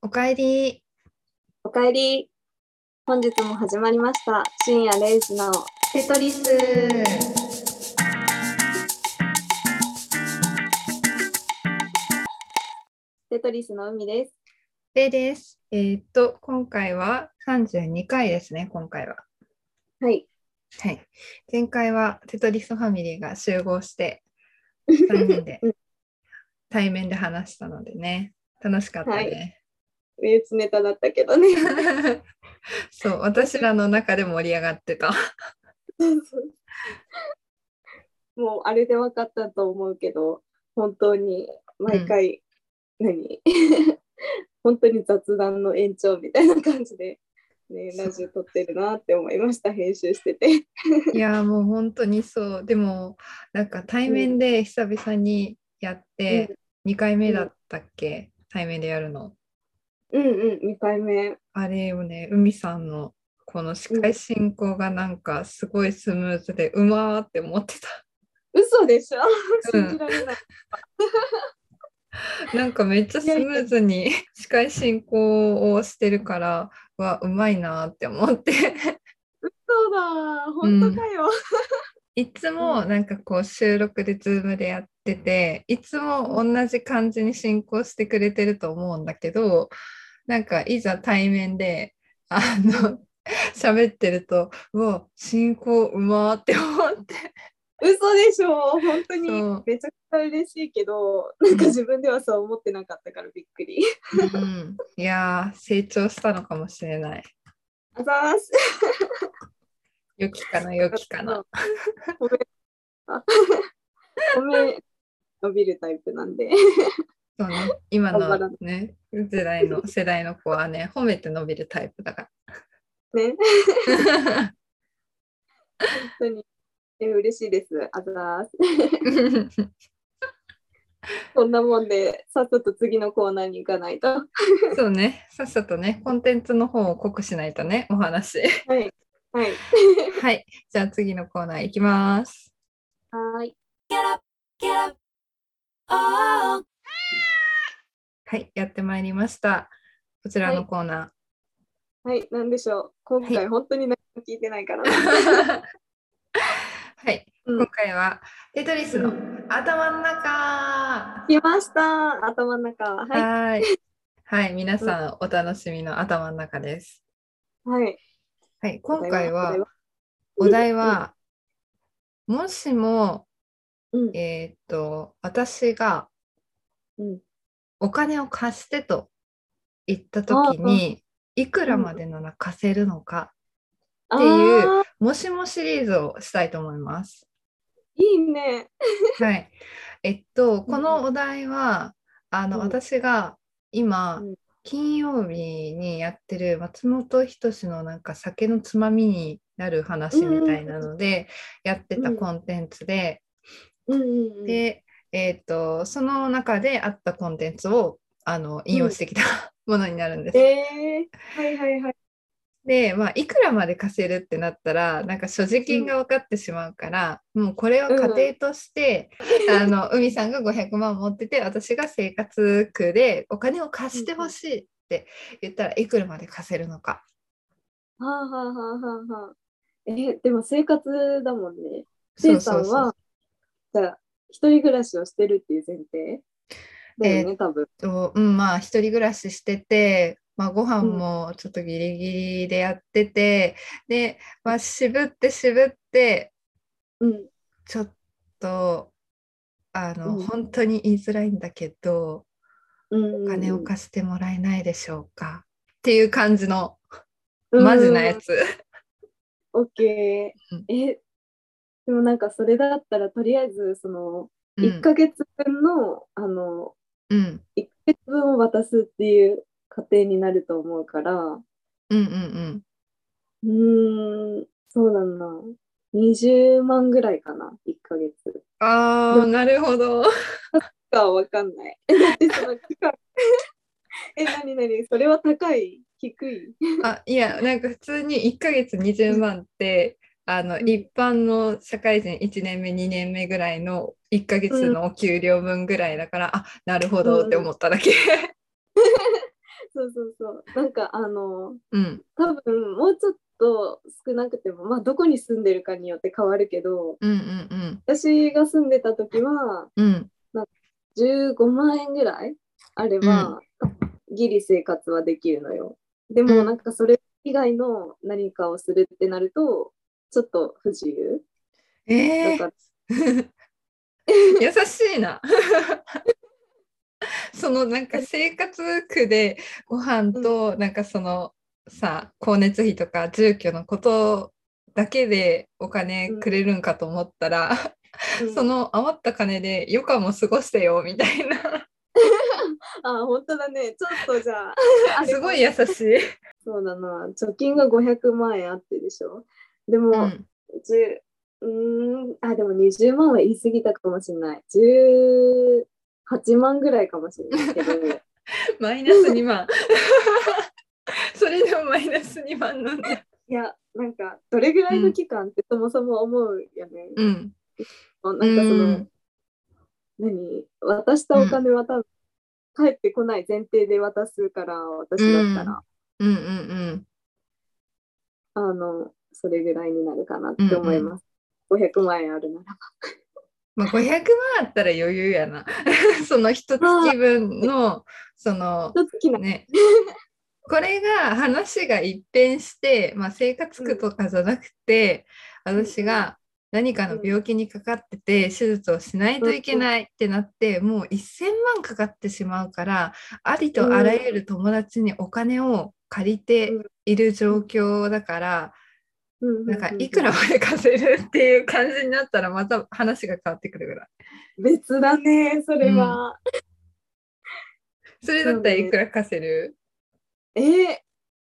おかえり。おかえり。本日も始まりました。深夜0時のテトリス。テトリスの海です。れです。えーっと、今回は32回ですね、今回は。はい。はい。前回はテトリスファミリーが集合して、3人 でう対面で話したのでね、楽しかったね。憂鬱ネタだったけどね。 そう、私らの中で盛り上がって た。もうあれで分かったと思うけど、本当に毎回、何 本当に雑談の延長みたいな感じで、ね、そうラジオ撮ってるなって思いました。編集してて。いやーもう本当にそうでもなんか対面で久々にやって2回目だったっけ対面でやるのうんうん、2回目。あれをね海さんのこの司会進行がなんかすごいスムーズでうまーって思って嘘でしょうん信じられない。た なんかめっちゃスムーズに司会進行をしてるからうわうまいなーって思って そうだ、本当かよ。いつもなんかこう収録でズームでやってていつも同じ感じに進行してくれてると思うんだけどなんかいざ対面であの 喋ってるとうわ進行うまーって思って嘘でしょ本当にそうめちゃくちゃ嬉しいけどなんか自分ではそう思ってなかったからびっくり。うん、いやー成長したのかもしれないあざーす。良きかな良きかな。ごめん。あごめん。伸びるタイプなんで。そうね今頑張らのなね世代の世代の子はね褒めて伸びるタイプだかね。ら。 本当に。え嬉しいです。あざーす。こんなもんで、さっさと次のコーナーに行かないと。はそうね、さっさとね、コンテンツの方を濃くしないとね、お話。い。はい。はい、じゃあ次のコーナーいきます。はーい。はい、やってまいりました。こちらのコーナはい。なんでしょう。今は回本当に何も聞いてないから。ー。 はい、うん今回はテトリスの頭の中。来ました。頭の中。はい。はい。はい、皆さんお楽しみの頭の中です。はい。はい、今回おは題お題は、もしも、うん。えーっと、私がうん。お金を貸してと言った時にいくらまでなら貸せるのか、っていうもしもシリーズをしたいと思います。いいね。はい、えっとんこのお題はあの、うん私が今、うん金曜日にやってる松本人志のなんか酒のつまみになる話みたいなので、やってたコンテンツで、うんうんうん、で、えっとその中であったコンテンツをあの引用してきた ものになるんです。えー、はいはいはい。で、まあ、いくらまで貸せるってなったらなんか所持金が分かってしまうから、もうこれを家庭として、あの海さんが500万持ってて私が生活苦でお金を貸してほしいって言ったらいくらまで貸せるのかはあはあはあはあはあ。えーでも生活だもんね。そせういさそんうは、じゃあ、一人暮らしをしてるっていう前提だよね、多分。そううんまあ一人暮らししてて、まあ、ご飯もちょっとギリギリでやってて、で、まあ、渋って渋ってうん。ちょっとあの、うん本当に言いづらいんだけどうん、お金を貸してもらえないでしょうか、っていう感じのマジなやつ。つ。オッケうんー。え、でもなんかそれだったら、とりあえず、その、うん1ヶ月分の、あの、うん1ヶ月分を渡すっていう過程になると思うから、うんうんうーん、そうだな。20万ぐらいかな、1ヶ月。うん。あであ、なるほど。かわかんない。 だってその期間。え、なになにそれは高い低い あいや、なんか普通に1ヶ月20万って、あの、うん一般の社会人1年目、2年目ぐらいの1ヶ月のお給料分ぐらいだから、あなるほどって思っただけ。そうそうそう。なんかあの、うん多分もうちょっと少なくても、まあどこに住んでるかによって変わるけど、うんうん私が住んでた時はうんうん15万円ぐらいあれば、ギリ生活はできるのよ。でうもんなんかそれ以外の何かをするってなると、ちょっと不自由。えだーから、優 しいな。そのなんか生活苦でご飯となんかそのさ光熱費とか住居のことだけでお金くれるんかと思ったら、うんその余った金で余暇も過ごしてよみたいなあ、本当だね。ちょっと じゃあ。あれすごい優しい。そうだな。貯金が500万円あってでしょ。でも、うんじゅうーん、あ、でも20万は言い過ぎたかもしれない。18万ぐらいかもしれないけど、マイナス2万。 それでもマイナス2万なんだ。いや、なんか、どれぐらいの期間ってそもそも思うよね。うん。なんかその、うん何渡したお金は多分、返ってこない前提で渡すから、私だったら、うんうんあの、それぐらいになるかなって思います。500万円あるなら。まあ、500万あったら余裕やな。 その一月分の、その、一つきな、ね。これが話が一変して、まあ、生活苦とかじゃなくて、ん私が何かの病気にかかってて手術をしないといけないってなってもう1,000万かかってしまうからありとあらゆる友達にお金を借りている状況だからうんうんうんなんかいくらまで貸せるっていう感じになったらまた話が変わってくるぐらい。別だね、それは。それだったらいくら貸せるえー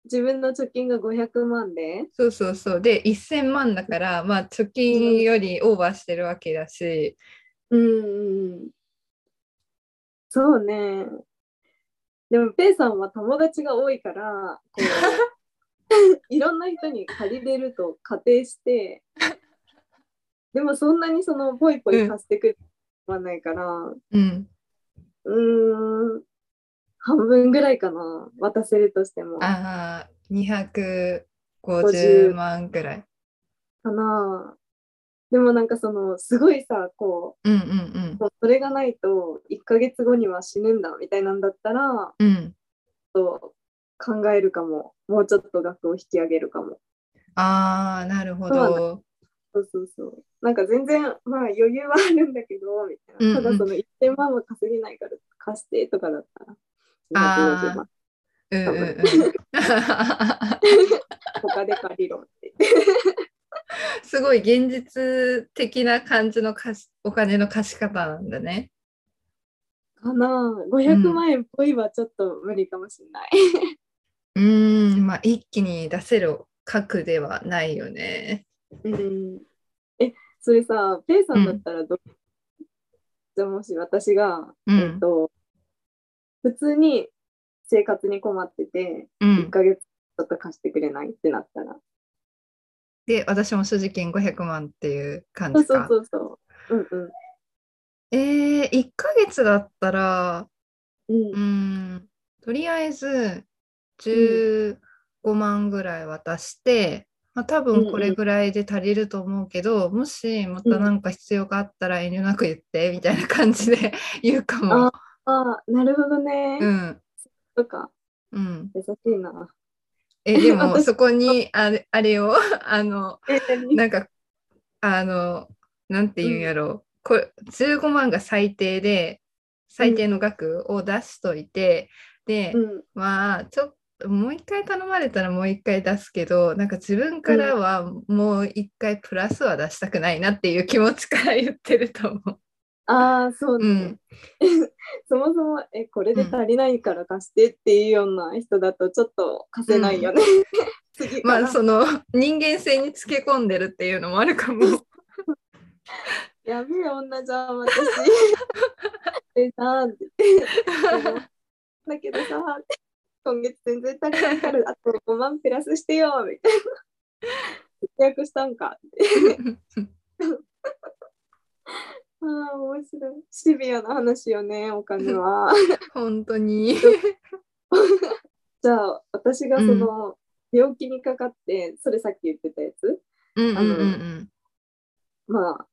自分の貯金が500万でそうそうそう。で、1000万だから、まあ、貯金よりオーバーしてるわけだし、うんうんうん。そうね。でも、ペイさんは友達が多いから、こういろんな人に借りれると仮定して、でもそんなにそのポイポイ貸してくるはないから、ううん。ーん、半分ぐらいかな、渡せるとしても。かああ、250 50万くらい。な。でもなんかその、すごいさ、こう、うんうんもうそれがないと1ヶ月後には死ぬんだみたいなんだったらうん。うん。ちょっと考えるかももうちょっと額を引き上げるかもああ、なるほど。そうそうそうなんか全然まあ余裕はあるんだけどみたいな、うんうんただその1000万は稼げないから貸してとかだったらあー250万うんうん うん。他で借りろってすごい現実的な感じの貸しお金の貸し方なんだね。かなあ500万円っぽいはちょっと無理かもしれない、うーん、まあ、一気に出せる額ではないよね。うん、 えそれさペイさんだったらど、じゃあもし私がうんえっと、普通に生活に困ってて、う1ん。ヶ月ちょっと貸してくれないってなったら。で、私も所持金500万っていう感そうじか。そうそうそう。うんうん。えー、1ヶ月だったら、うんうーん、とりあえず15万ぐらい渡して、まあ、多分これぐらいで足りると思うけど、もしまたなんか必要があったら遠慮なく言ってみたいな感じで 言うかも。ああ、なるほどね。うん、とか、うん。優しいな。え、でも私そこにあれ、あれを、 あの、えなんか、あの、なんて言うんやろう、これ15万が最低で、最低の額を出しといて、で、うん、まあちょっともう一回頼まれたらもう一回出すけどなんか自分からはもう一回プラスは出したくないなっていう気持ちから言ってると思う。ああ、そううね。ん、そもそも、え、これで足りないから貸してっていうような人だと、ちょっと貸せないよね。 次かまらあその人間性につけ込んでるっていうのもあるかも。 やべえ女じゃん、私。え、なんて言って。だけどさ、今月全然足りないから、あと5万プラスしてよ、みたいな。節約したんか。ああ、面白い。 シビアな話よね、お金は。本当に。じゃあ私がその病気にかかって、それさっき言ってたやつうんうんうんまあ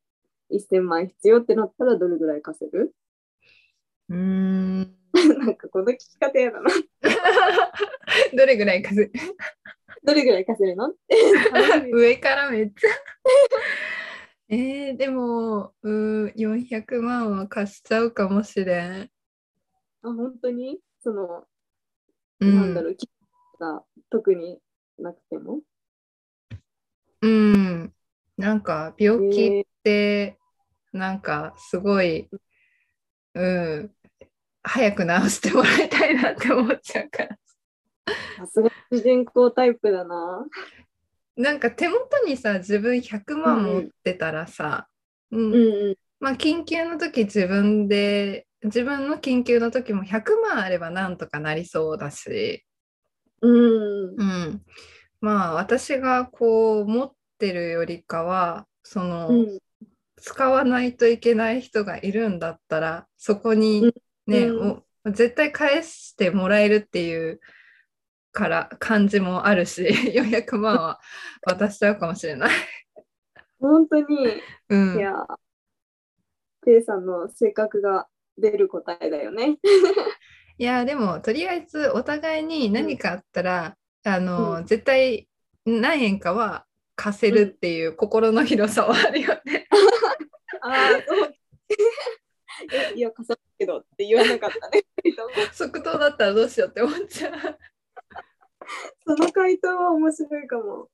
1000万必要ってなったらどれぐ らい貸せるうん。うーんなんかこの聞き方やだな どれぐらい数どれぐらい貸せるのって楽し み上からめっちゃ えー、でもうー400万は貸しちゃうかもしれん、あ本当にその、うなんだんろう聞き方特になくてもうん、なんか病気えーってなんかすごい、うん、早く治してもらいたいなって思っちゃうから さすが主人公タイプだななんか手元にさ自分100万持ってたらさ、ううんんうんまあ緊急の時自分で自分の緊急の時も100万あればなんとかなりそうだし、うんうん、まあ私がこう持ってるよりかはその、うん使わないといけない人がいるんだったらそこにね、うんお絶対返してもらえるっていうから感じもあるし 400万は 渡しちゃうかもしれない。本当にういん、やー、ペイさんの性格が出る答えだよ ね。いやでもとりあえずお互いに何かあったら、あのうん絶対何円かは貸せるっていう心の広さはあるよ ね。ああ、そう。 えいや、かさけどって言わなかっ たね。即答だったらどうしようって思っちゃう。その回答は面白いかも。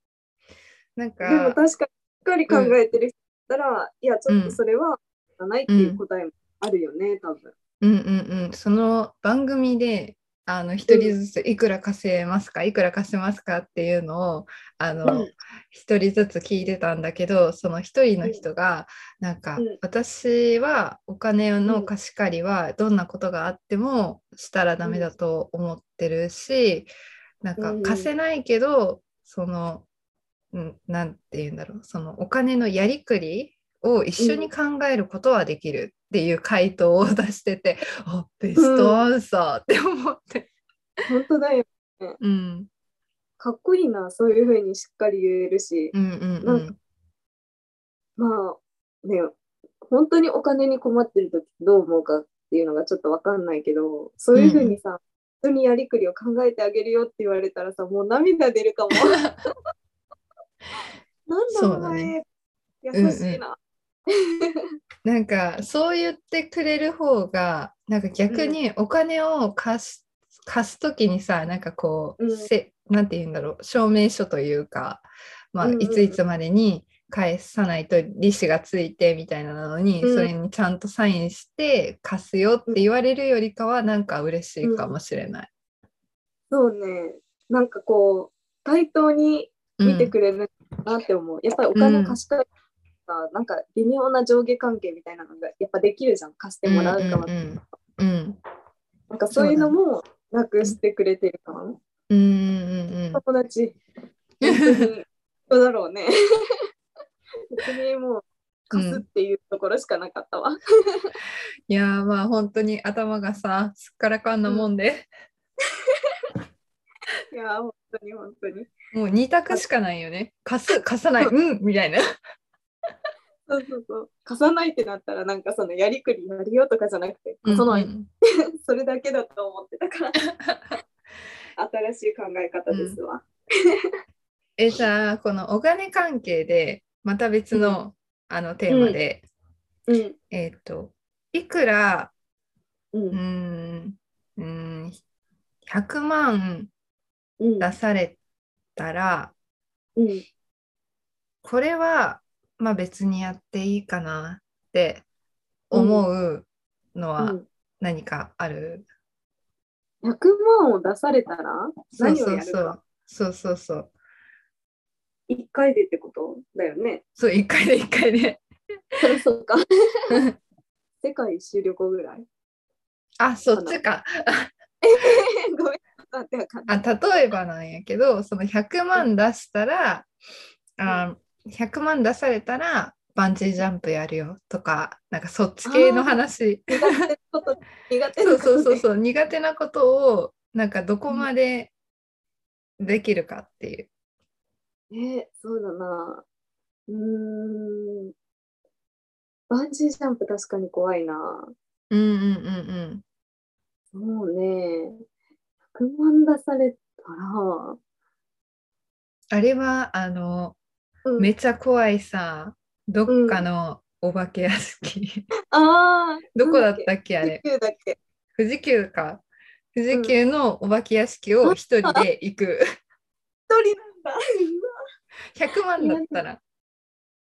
なんでもか確かに、しっかり考えてる人だったら、いや、ちょっとそれは、ないっていう答えもあるよね、多分。うんうんうん、その番組であの一人ずついくら稼げますか、いくら稼げますかっていうのをあうのん一、人ずつ聞いてたんだけどその一人の人が、なんか、うん私はお金うのん貸し借りはどんなことがあってもしたらダメだと思ってるし、なんかうん貸せないけどそのうんなんて言うんだろうそのお金のやりくりを一緒に考えることはできるっていう回答を出してて、あベストアンサーって思って、本当だよ。うん、かっこいいな、そういうふうにしっかり言えるし、うんうんうなんんまあ、ね、本当にお金に困ってる時どう思うかっていうのがちょっとわかんないけど、そういうふうにさ、人にやりくりを考えてあげるよって言われたらさ、もう涙出るかも。なんだそうおだ前、ね優しいな。なんかそう言ってくれる方がなんか逆にお金を貸し貸す時にさなんかこう、うんせなんて言うんだろう証明書というか、まあうんうんいついつまでに返さないと利子がついてみたいなのに、うんそれにちゃんとサインして貸すよって言われるよりかはなんか嬉しいかもしれない。そうね、なんかこう、対等にうん見てくれるなって思う。やっぱりお金貸したりとか、なんか微妙な上下関係みたいなのがやっぱできるじゃん、貸してもらうかは。うんうんうんなんかそういうのもなくしてくれてるかな。うんうんうんうん友達、本当にどうだろうね。 別にもう貸すっていうところしかなかったわ。いやーまあ本当に頭がさすっからかんなもんで、いやー、本当に本当に。もう2択しかないよね貸す貸さないうんみたいなそうそうそう。貸さないってなったら、なんかそのやりくりやるよとかじゃなくて、うんそのうんそれだけだと思ってたから。 新しい考え方ですわ。えじゃあこのお金関係でまた別の,、あのテーマで、うん。えっ、といくらううーん。んうーん100万うん。出されたらうん。これはまあ別にやっていいかなって思うのは何かある、 100万を出されたらそう何をそやうるそかうそうそうそう一回でってことだよね。そう一回で一回で そうそうか。 世界一周旅行ぐらい。あそっちか ごめん、わかってわかんない。あ例えばなんやけどその100万出したらあ100万出されたらバンジージャンプやるよとかなんかそっち系の話苦手なこと、苦手 そなこうそと。うそうそう苦手なことをなんかどこまでできるかっていう。えそうだな。うーん。バンジージャンプ確かに怖いな。うんうんうんもうね、100万出されたら、あれはあのうんめちゃ怖いさどっかのお化け屋敷 ああ、どこだったっけあなんだっれけ ?19 だっけ富士急か富士急のお化け屋敷を一人で行く一人なんだ。 100万だったら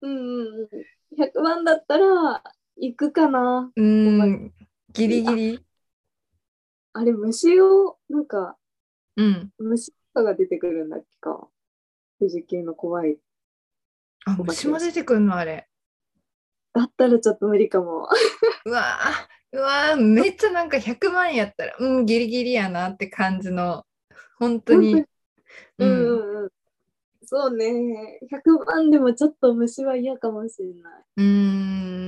うんうんうん。100万だったら、行くかな。うーんギリギリあれ、虫を、なんか、うん虫とかが出てくるんだっけか。富士急の怖い。あお化け屋虫敷も出てくるのあれだったらちょっと無理かも。うわーうわーめっちゃなんか100万やったらうんギリギリやなって感じの本当に本ううんんうんうん。そうね。100万でもちょっと虫は嫌かもしれない。うー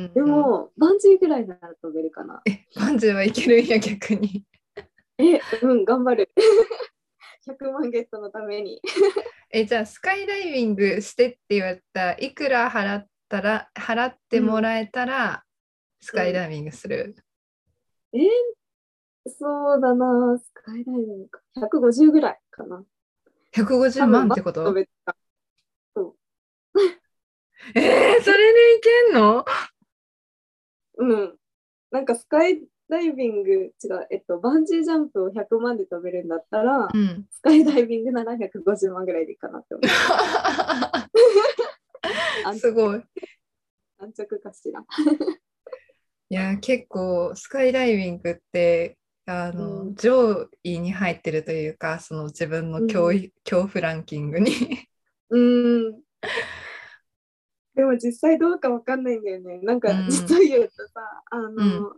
んでも、バンジーぐらいなら飛べるかな。バンジーはいけるんや逆に え、うん、頑張る。100万ゲットのために。えじゃあスカイダイビングしてって言われたらいくら払ったら払ってもらえたら、スカイダイビングする、えーそうだな。スカイダイビングか。150ぐらいかな。 150万ってこ多と分飛べたえー、それでいけんのうん。なんかスカイダイビング、違う、えっと、バンジージャンプを100万で飛べるんだったら、うん スカイダイビングなら150万ぐらいでいいかなって思う。安すごい安直かしら。いや結構スカイダイビングってあの、うん上位に入ってるというかその自分の恐,、う恐怖ランキングに うーん。でも実際どうかわかんないんだよね。なんかうん実を言うとさ、あの、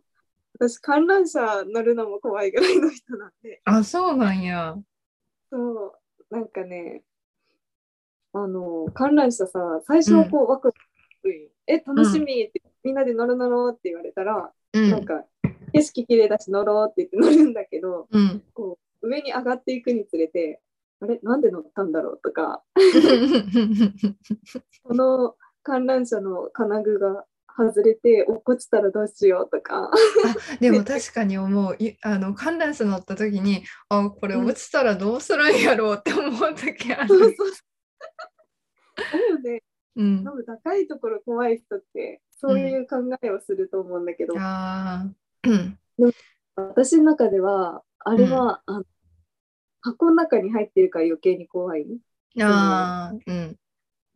私観覧車乗るのも怖いぐらいの人なんで、 あそうなんやそう、なんかね、あの、観覧車さ、最初はこうワクワクするよえ、楽しみって、みんなで乗ろう乗ろうって言われたら、うんなんか景色綺麗だし乗ろうって言って乗るんだけど、うん こう上に上がっていくにつれて、あれ、なんで乗ったんだろうとか、この観覧車の金具が外れて落っこちたらどうしようとかでも確かに思ういあの観覧車乗った時にあこれうん落ちたらどうするんやろうって思う時あそうそう る。だよねうん多、分高いところ怖い人ってそういう考えをすると思うんだけど、あーうん私の中ではあれは、あの箱の中に入ってるから余計に怖いあーうん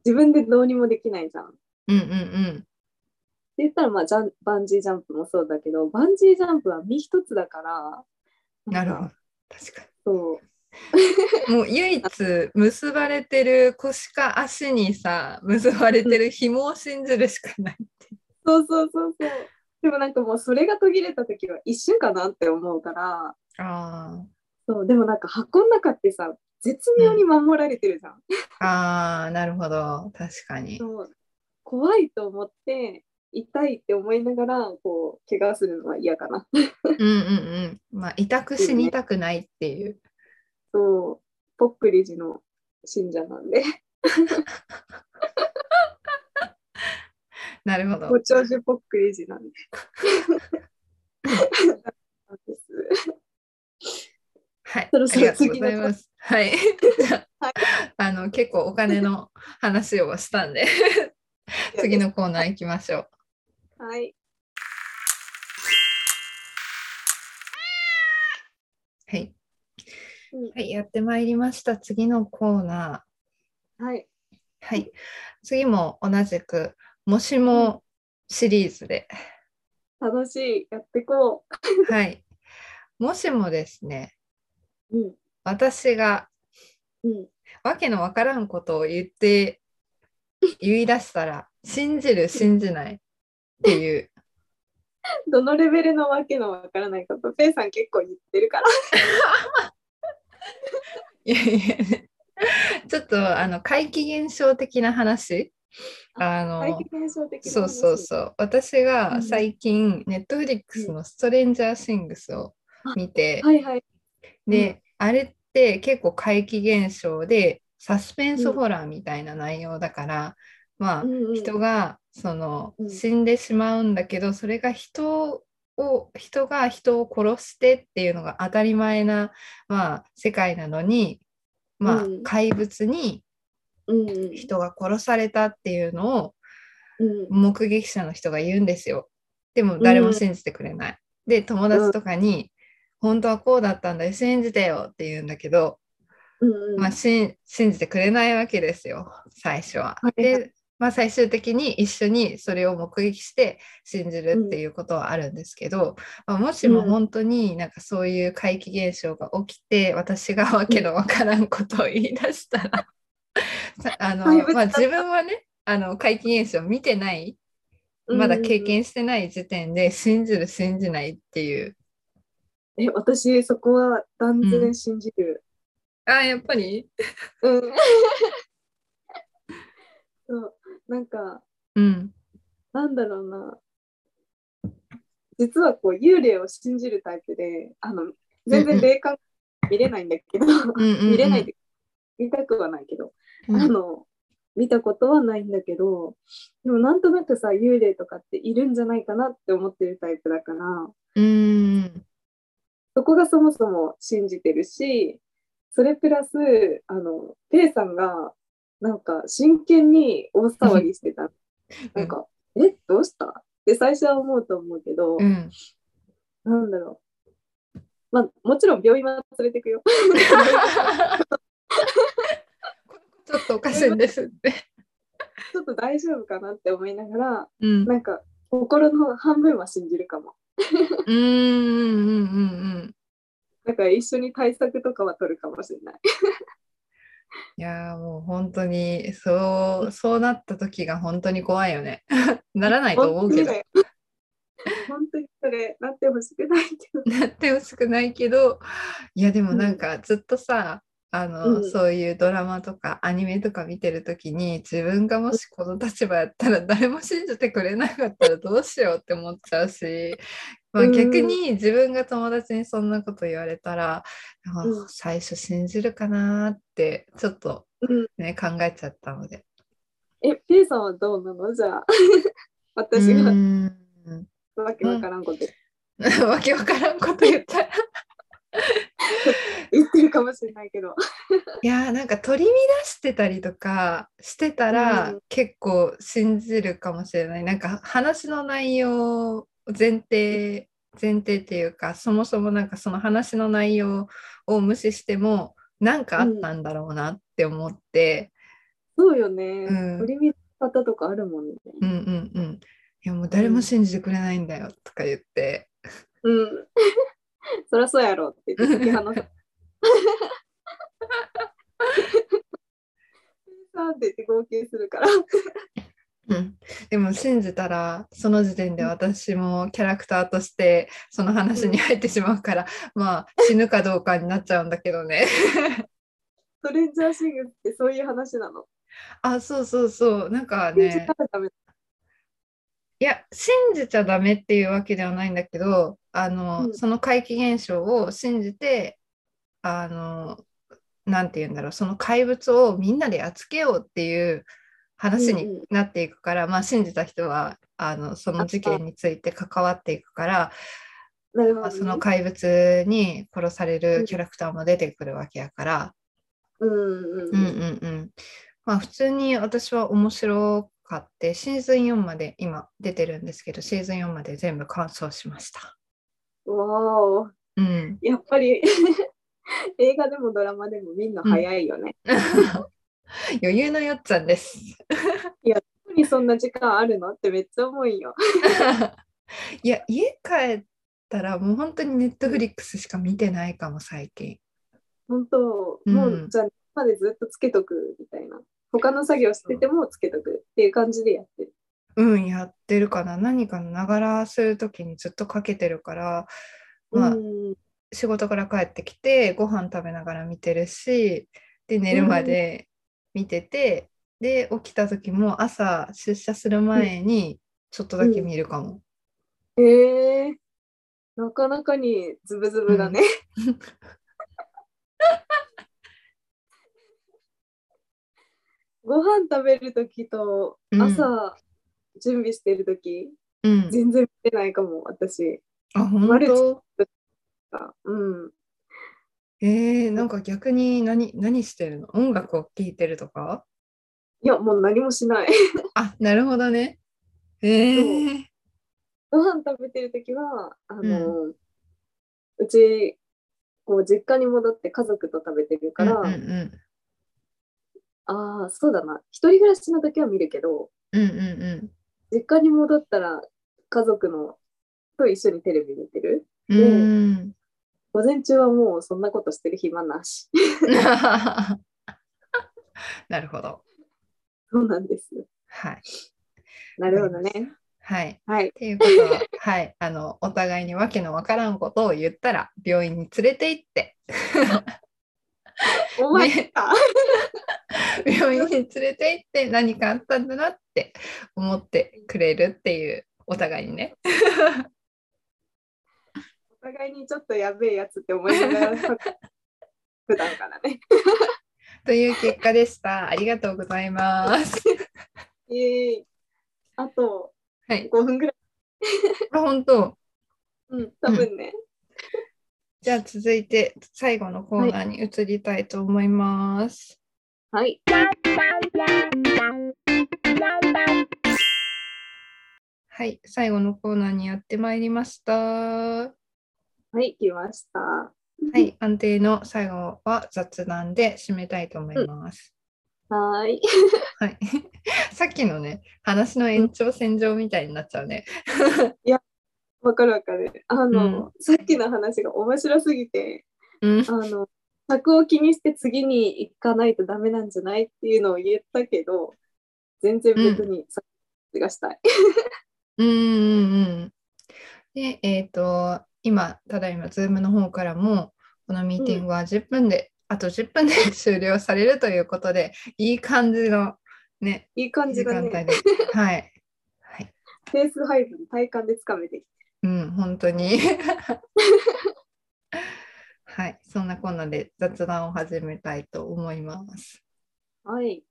自分でどうにもできないじゃん。ってうんうん言ったら、まあ、ジャンバンジージャンプもそうだけどバンジージャンプは身一つだからうんなるほど確かそうにもう唯一結ばれてる腰か足にさ結ばれてる紐を信じるしかない。そうそうそうそう。でもなんかもうそれが途切れた時は一瞬かなって思うから、あそうでもなんか箱の中ってさ、絶妙に守られてるじゃん。ーあーなるほど確かに。そう怖いと思って、痛いって思いながら、こう、怪我するのは嫌かな。うんうんうんまあ痛く死にたくないっていう。そう、ぽっくり寺の信者なんで、なるほど。ご長寿ぽっくり寺なんで。 なんですはい、そろそろ次のありがとうございます。はい、じゃあ、あの結構お金の話をした んで、次。のコーナー行きましょう。はい。はい、うんはい、やってまいりました。次のコーナはい。ー。はい、次も同じくもしもシリーズ で、楽しい。やってこはい、もしもですね、う。うん。私がうん。わけのわからんことを言っ て言い出したら信じる信じないっていう。 どのレベルのわけのわからないこと、ペイさん結構言ってるから。いやいやちょっとあの怪奇現象的な話あ怪の奇現象的な話そうそうそう私が最近ネットフリックスの「ストレンジャー・シングス」を見て、はいはい。で、あれって結構怪奇現象でサスペンスホラーみたいな内容だから、まあ、うんうん人がそのうん死んでしまうんだけどそれが人を人が人を殺してっていうのが当たり前な、まあ、世界なのに、まあうん、怪物にうんうん人が殺されたっていうのをうん目撃者の人が言うんですよ。でも誰も信じてくれない。で友達とかに「本当はこうだったんだよ信じてよ」って言うんだけど、うんうんまあ、しん信じてくれないわけですよ最初は。はいで、まあ、最終的に一緒にそれを目撃して信じるっていうことはあるんですけど、まあ、もしもうん本当になんかそういう怪奇現象が起きて私がわけのわからんことを言い出したらさ あの、怪物まあ、だった自分はねあの怪奇現象見てないまだ経験してない時点で信じる信じないっていう。え私そこは断然信じる、あやっぱり、うん、そうなんかうん、なんだろうな実はこう幽霊を信じるタイプであの全うんう然ん霊感見れないんだけど、うんうんうん見れないで見たくはないけど、うんあの見たことはないんだけどでもなんとなくさ幽霊とかっているんじゃないかなって思ってるタイプだからうんそこがそもそも信じてるしそれプラスあのペイさんがなんか真剣に大騒ぎしてたなんか「えどうした?」って最初は思うと思うけど、うんなんだろう。まあ、もちろん病院は連れてくよ。ちょっとおかしいんですって。ちょっと大丈夫かなって思いながら、うん。なんか心の半分は信じるかも。うんうんうんうん。だから一緒に対策とかは取るかもしれ ない。いやーもう本当にそうそうなった時が本当に怖いよね。 ならないと思うけど。本当にね本当にそれなってほしくないけど。なってほしくないけどいやでもなんかずっとさ、あのうんそういうドラマとかアニメとか見てる時に自分がもしこの立場やったら誰も信じてくれなかったらどうしようって思っちゃうし、まあ、うん逆に自分が友達にそんなこと言われたら、あうん最初信じるかなーってちょっとうん、ね考えちゃったので。 え、ペイさんはどうなのじ ゃあ。私うがん わけわからんことわけわからんこと言った言ってるかもしれないけど。いやーなんか取り乱してたりとかしてたらうん結構信じるかもしれない、なんか話の内容前提前提っていうかそもそもなんかその話の内容を無視してもなんかあったんだろうなって思って、そうよね。うん取り見方とかあるもんね。うん、うんうんいやもう誰も信じてくれないんだよとか言ってうん。 そりゃそうやろって言って解き放 さ。さんって言って号泣するから。うん、でも信じたらその時点で私もキャラクターとしてその話に入ってしまうから、まあ死ぬかどうかになっちゃうんだけど ねトレンジャーシングってそういう話なの。あそうそうそうなんか信じたねらダメ。いや信じちゃダメっていうわけではないんだけどあの、うんその怪奇現象を信じてあのなんて言うんだろうその怪物をみんなでやっつけようっていう話うんうんになっていくから、まあ信じた人はあのその事件について関わっていくからなるほど、ね。その怪物に殺されうるんキャラクターも出てくるわけやから、うんううん。んうんうんまあ、普通に私は面白かってシーズン4まで今出てるんですけどシーズン4まで全部完走しました。わお。 うん、やっぱり映画でもドラマでもみんな早いよね。余裕のよっちゃんです。本当にそんな時間あるのってめっちゃ思いよ。いや家帰ったらもう本当にネットフリックスしか見てないかも最近。本当、うんもうじゃあまでずっとつけとくみたいな。他の作業しててもつけとくっていう感じでやってる。うん、やってるかな何かながらする時にずっとかけてるから、まあ、うん仕事から帰ってきてご飯食べながら見てるしで寝るまで見てて、で起きた時も朝出社する前にちょっとだけ見るかも。へえなかなかにズブズブだね。 ご飯食べる時とうん朝準備してる時、うん。全然見てないかも私あ、本マルチ当がうんえー、なんか逆に何何してるの音楽を聴いてるとかいやもう何もしない あ、なるほどね。えー、ご飯食べてる時はあの、うちこう実家に戻って家族と食べてるから、うんうんああそうだな一人暮らしの時は見るけどうんうんうん実家に戻ったら家族のと一緒にテレビ見てるうん。うん。午前中はもうそんなことしてる暇なし なるほど。そうなんですはい。なるほどねはい。はいっていうことは、はい、あの、お互いにわけのわからんことを言ったら、病院に連れて行って、お前ねか病院に連れて行って、何かあったんだなって思ってくれるっていう、お互いにね。お互いにちょっとやべえやつって思いながら 普段からねという結果でした。ありがとうございます。イエーイあとはい5分ぐらい、あ本当。うん、多分ね、じゃあ続いて最後のコーナーに移りたいと思います。はいはい、最後のコーナーにやってまいりました。はい来ましたははい、安定の最後は雑談で締めたいと思います。ーいはい、 さっきのね、話の延長線上みたいになっちゃうね。わかるわかるあの、うさっきの話が面白すぎてうんあ、の尺を気にして次に行かないとダメなんじゃないっていうのを言ったけど全然別にさがしたい、うん、うん、うん。で、えっ、と、今、ただいま、ズームの方からも、このミーティングは10分で、あと10分で 終了されるということで、いい感じのね、いい感じ時だ間帯ねで。はい。はい。ペース配分体感でつかめてきうん、本当 に。はい、そんなこんなで雑談を始めたいと思います。たはい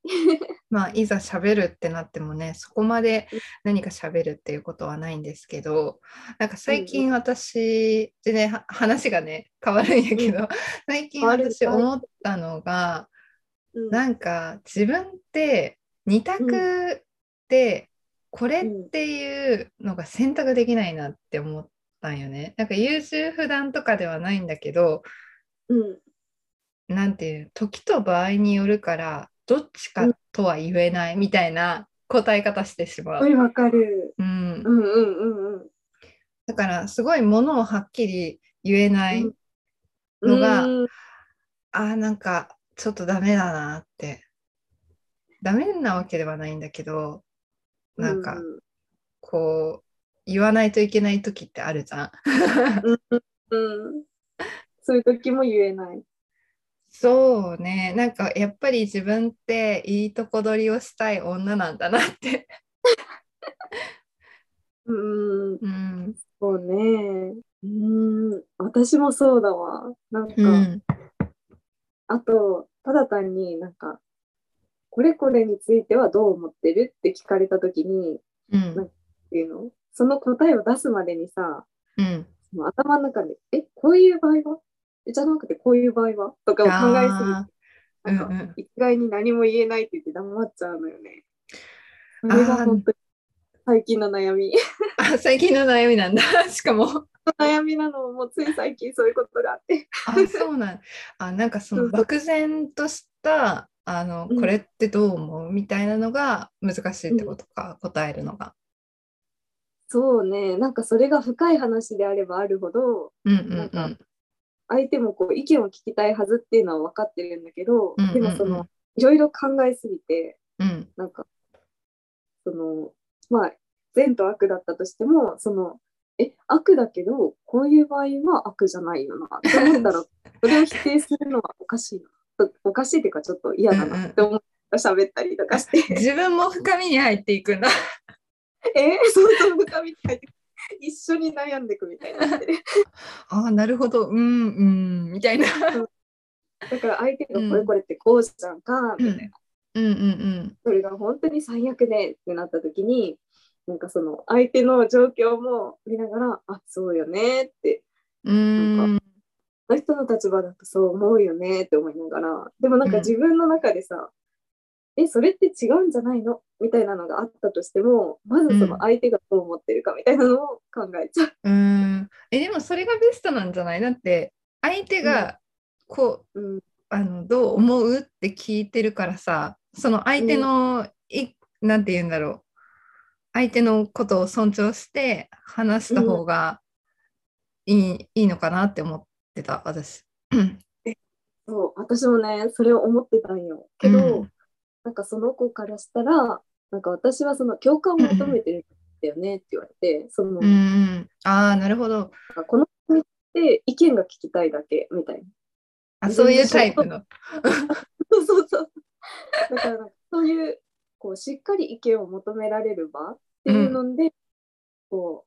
まあ、いざ喋るってなってもね、そこまで何か喋るっていうことはないんですけど、なんか最近私、でね、は話がね、変わるんやけど、最近変わる私思ったのが、うんなんか自分って二択でこれっていうのが選択できないなって思ったんよね。なんか優柔不断とかではないんだけど、うんなんていう時と場合によるからどっちかとは言えないみたいな答え方してしまうう。んわかるうんう、んうんうんうんだからすごいものをはっきり言えない、うんのがうんあーなんかちょっとダメだなってダメなわけではないんだけどなんかこう言わないといけない時ってあるじゃん。うん、うん、そういう時も言えないそうねなんかやっぱり自分っていいとこ取りをしたい女なんだなって。うんうんうんそうねうん私もそうだわなんか、うんあと、ただ単になんか、これこれについてはどう思ってるって聞かれたときに、うんっていうのその答えを出すまでにさ、うんその頭の中で、え、こういう場合はえじゃなくてこういう場合はとかを考えすぎてあーなんか、うんうん一概に何も言えないって言って黙っちゃうのよね。そーれが本当に最近の悩 み。あ最近の悩みなんだ しかも悩みなのもつい最近そういうことがあって。あそうなんあなんかその漠然としたあのうんこれってどう思うみたいなのが難しいってことか、答えるのが。そうね、なんかそれが深い話であればあるほど、うんうなんんうかん相手もこう意見を聞きたいはずっていうのは分かってるんだけど、うんうんうんでもそのいろいろ考えすぎてうんなんかそのまあ善と悪だったとしてもそのえ悪だけどこういう場合は悪じゃないよなと思 ったらそれを否定するのはおかしいなとおかしいっていうかちょっと嫌だなって思った喋ったりと かして自分も深みに入っていくんだ。えそうそう深みたい一緒に悩んでくみたいになってるああなるほどうんうんみたいな。だから相手がうんこれこれってこうじゃんか、うんうんうんそれが本当に最悪でってなった時になんかその相手の状況も見ながらあそうよねってうん。うーん。あの人の立場だとそう思うよねって思いながらでもなんかうん自分の中でさ、えそれって違うんじゃないのみたいなのがあったとしてもまずそうのん相手がどう思ってるかみたいなのを考えちゃう。うーん。え、でもそれがベストなんじゃないだって、相手が、こう、うんあの、どう思うって聞いてるからさ、その相手の、い、なんて言うんだろう。相手のことを尊重して話した方がいい,、いいのかなって思ってた、私。 そう私もねそれを思ってたんよけど、うんなんかその子からしたらなんか私はその共感を求めてるんだよねって言われて、その、うんうん。ああ、なるほど。なんかこの人にって意見が聞きたいだけみたいな。 あ、そういうタイプの。そうそうそう。だからなんかそういうこうしっかり意見を求められる場っていうので、こ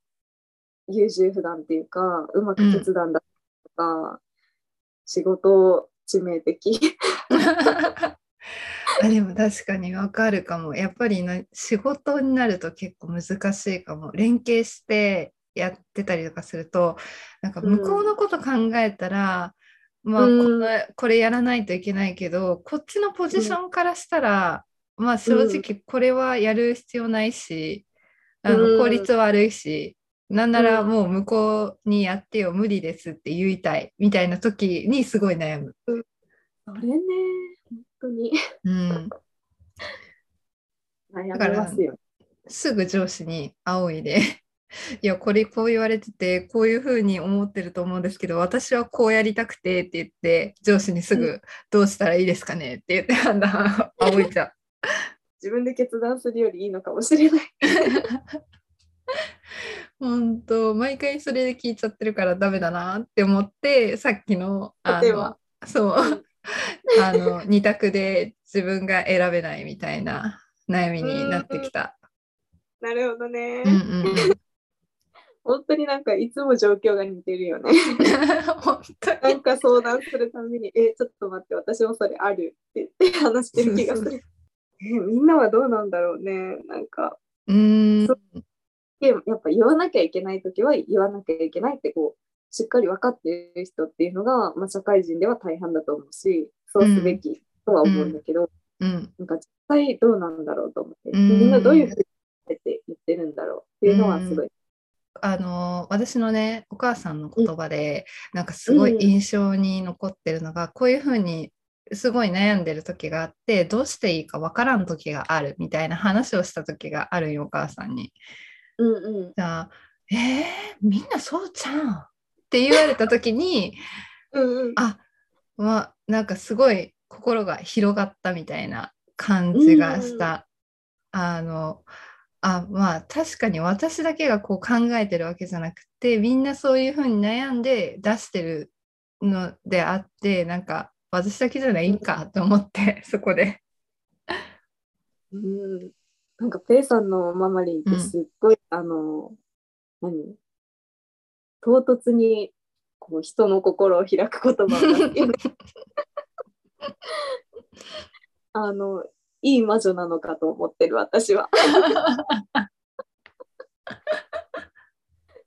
う優柔不断っていうかうまく決断だとか、仕事致命的あでも確かにわかるかもやっぱりな仕事になると結構難しいかも連携してやってたりとかするとなんか向こうのこと考えたら、まあこうんんなこれやらないといけないけどこっちのポジションからしたら、まあ正直これはやる必要ないし、あうのん効率悪いし。なんならうんもう向こうにやってよ無理ですって言いたいみたいな時にすごい悩む。それね本当にうん、だか悩みらますよ。すぐ上司に仰いで いやこれこう言われててこういうふうに思ってると思うんですけど私はこうやりたくてって言って上司にすうぐどうしたらいいですかねって言って判断仰いちゃう。自分で決断するよりいいのかもしれない。 本当毎回それで聞いちゃってるからダメだなって思ってさっきのあ例えばのそうあの二択で自分が選べないみたいな悩みになってきた。なるほどね。うんうんうん本当になんかいつも状況が似てるよね。 本当になんか相談するたびに、え、ちょっと待って、私もそれあるって言 って話してる気がす そうる。え、みんなはどうなんだろうね。なんか、うーんでもやっぱ言わなきゃいけないときは言わなきゃいけないって、こう、しっかり分かってる人っていうのが、まあ、社会人では大半だと思うし、そうすべきとは思うんだけど、うんなんか実際どうなんだろうと思って、うんみんなどういうふうに言って言ってるんだろうっていうのはすごい。あの私のねお母さんの言葉で、なんかすごいうん印象に残ってるのが、こういうふうにすごい悩んでる時があってどうしていいかわからん時があるみたいな話をした時があるよお母さんに。うんうん。じゃあ「えー、みんなそうちゃうん」って言われた時にうんうん。あまあなんかすごい心が広がったみたいな感じがした。あのあまあ確かに私だけがこう考えてるわけじゃなくてみんなそういうふうに悩んで出してるのであってなんか私だけじゃないんかと思って そこで。うんなんかペイさんのママリンってすっごい、あの何唐突にこう人の心を開く言葉が好きであのいい魔女なのかと思ってる私は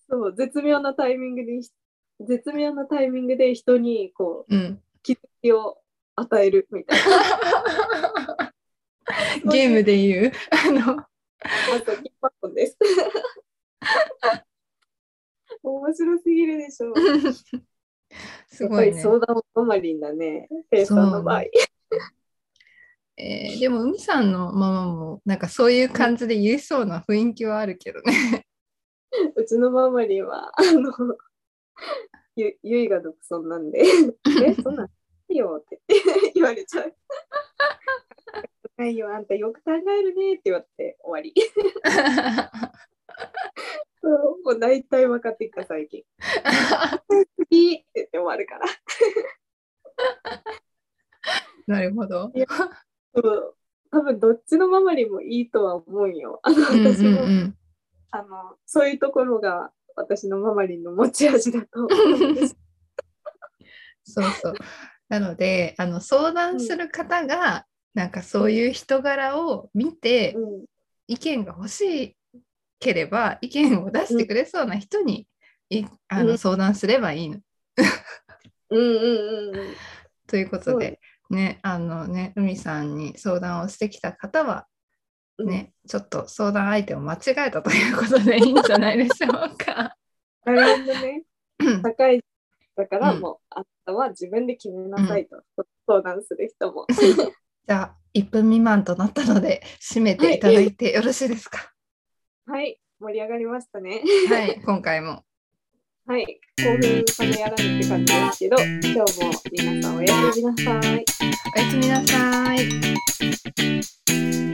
そう絶妙なタイミングに絶妙なタイミングで人にこううん、気づきを与えるみたいなゲームで言うあのあと、キンパッコンです。面白すぎるでしょ。すごいやねっぱ。り相談ママリンだね。ペイさんの場合。えーでも海さんのママもなんかそういう感じで言いそうな雰囲気はあるけどね。 うちのママリンは、あの、ゆゆいが独尊な んで、え、そんなんいいよって 言われちゃう。ないよ、あんたよく考えるねって言われて終わり。そうもう大体分かってきた最近。次って言って終わるから。なるほど。そう多分どっちのママリンもいいとは思うよ。あのうん私も、うんあのそういうところが私のママリンの持ち味だ と思うんです。そうそう。なのであの相談する方がなんかそういう人柄を見てうん意見が欲しければ意見を出してくれそうな人にいあうのん相談すればいいの。うんうんうんというこそとうでねねあのね海さんに相談をしてきた方はうんね、ちょっと相談相手を間違えたということでいいんじゃないでしょう か。なるほどね高いだからもう、あんたは自分で決めなさいと、相談する人もじゃあ1分未満となったので締めていただいてよろしいですか。はい盛り上がりましたねはい、今回もはい興奮冷めやらぬって感じですけど今日も皆さんおやすみなさいおやすみなさい。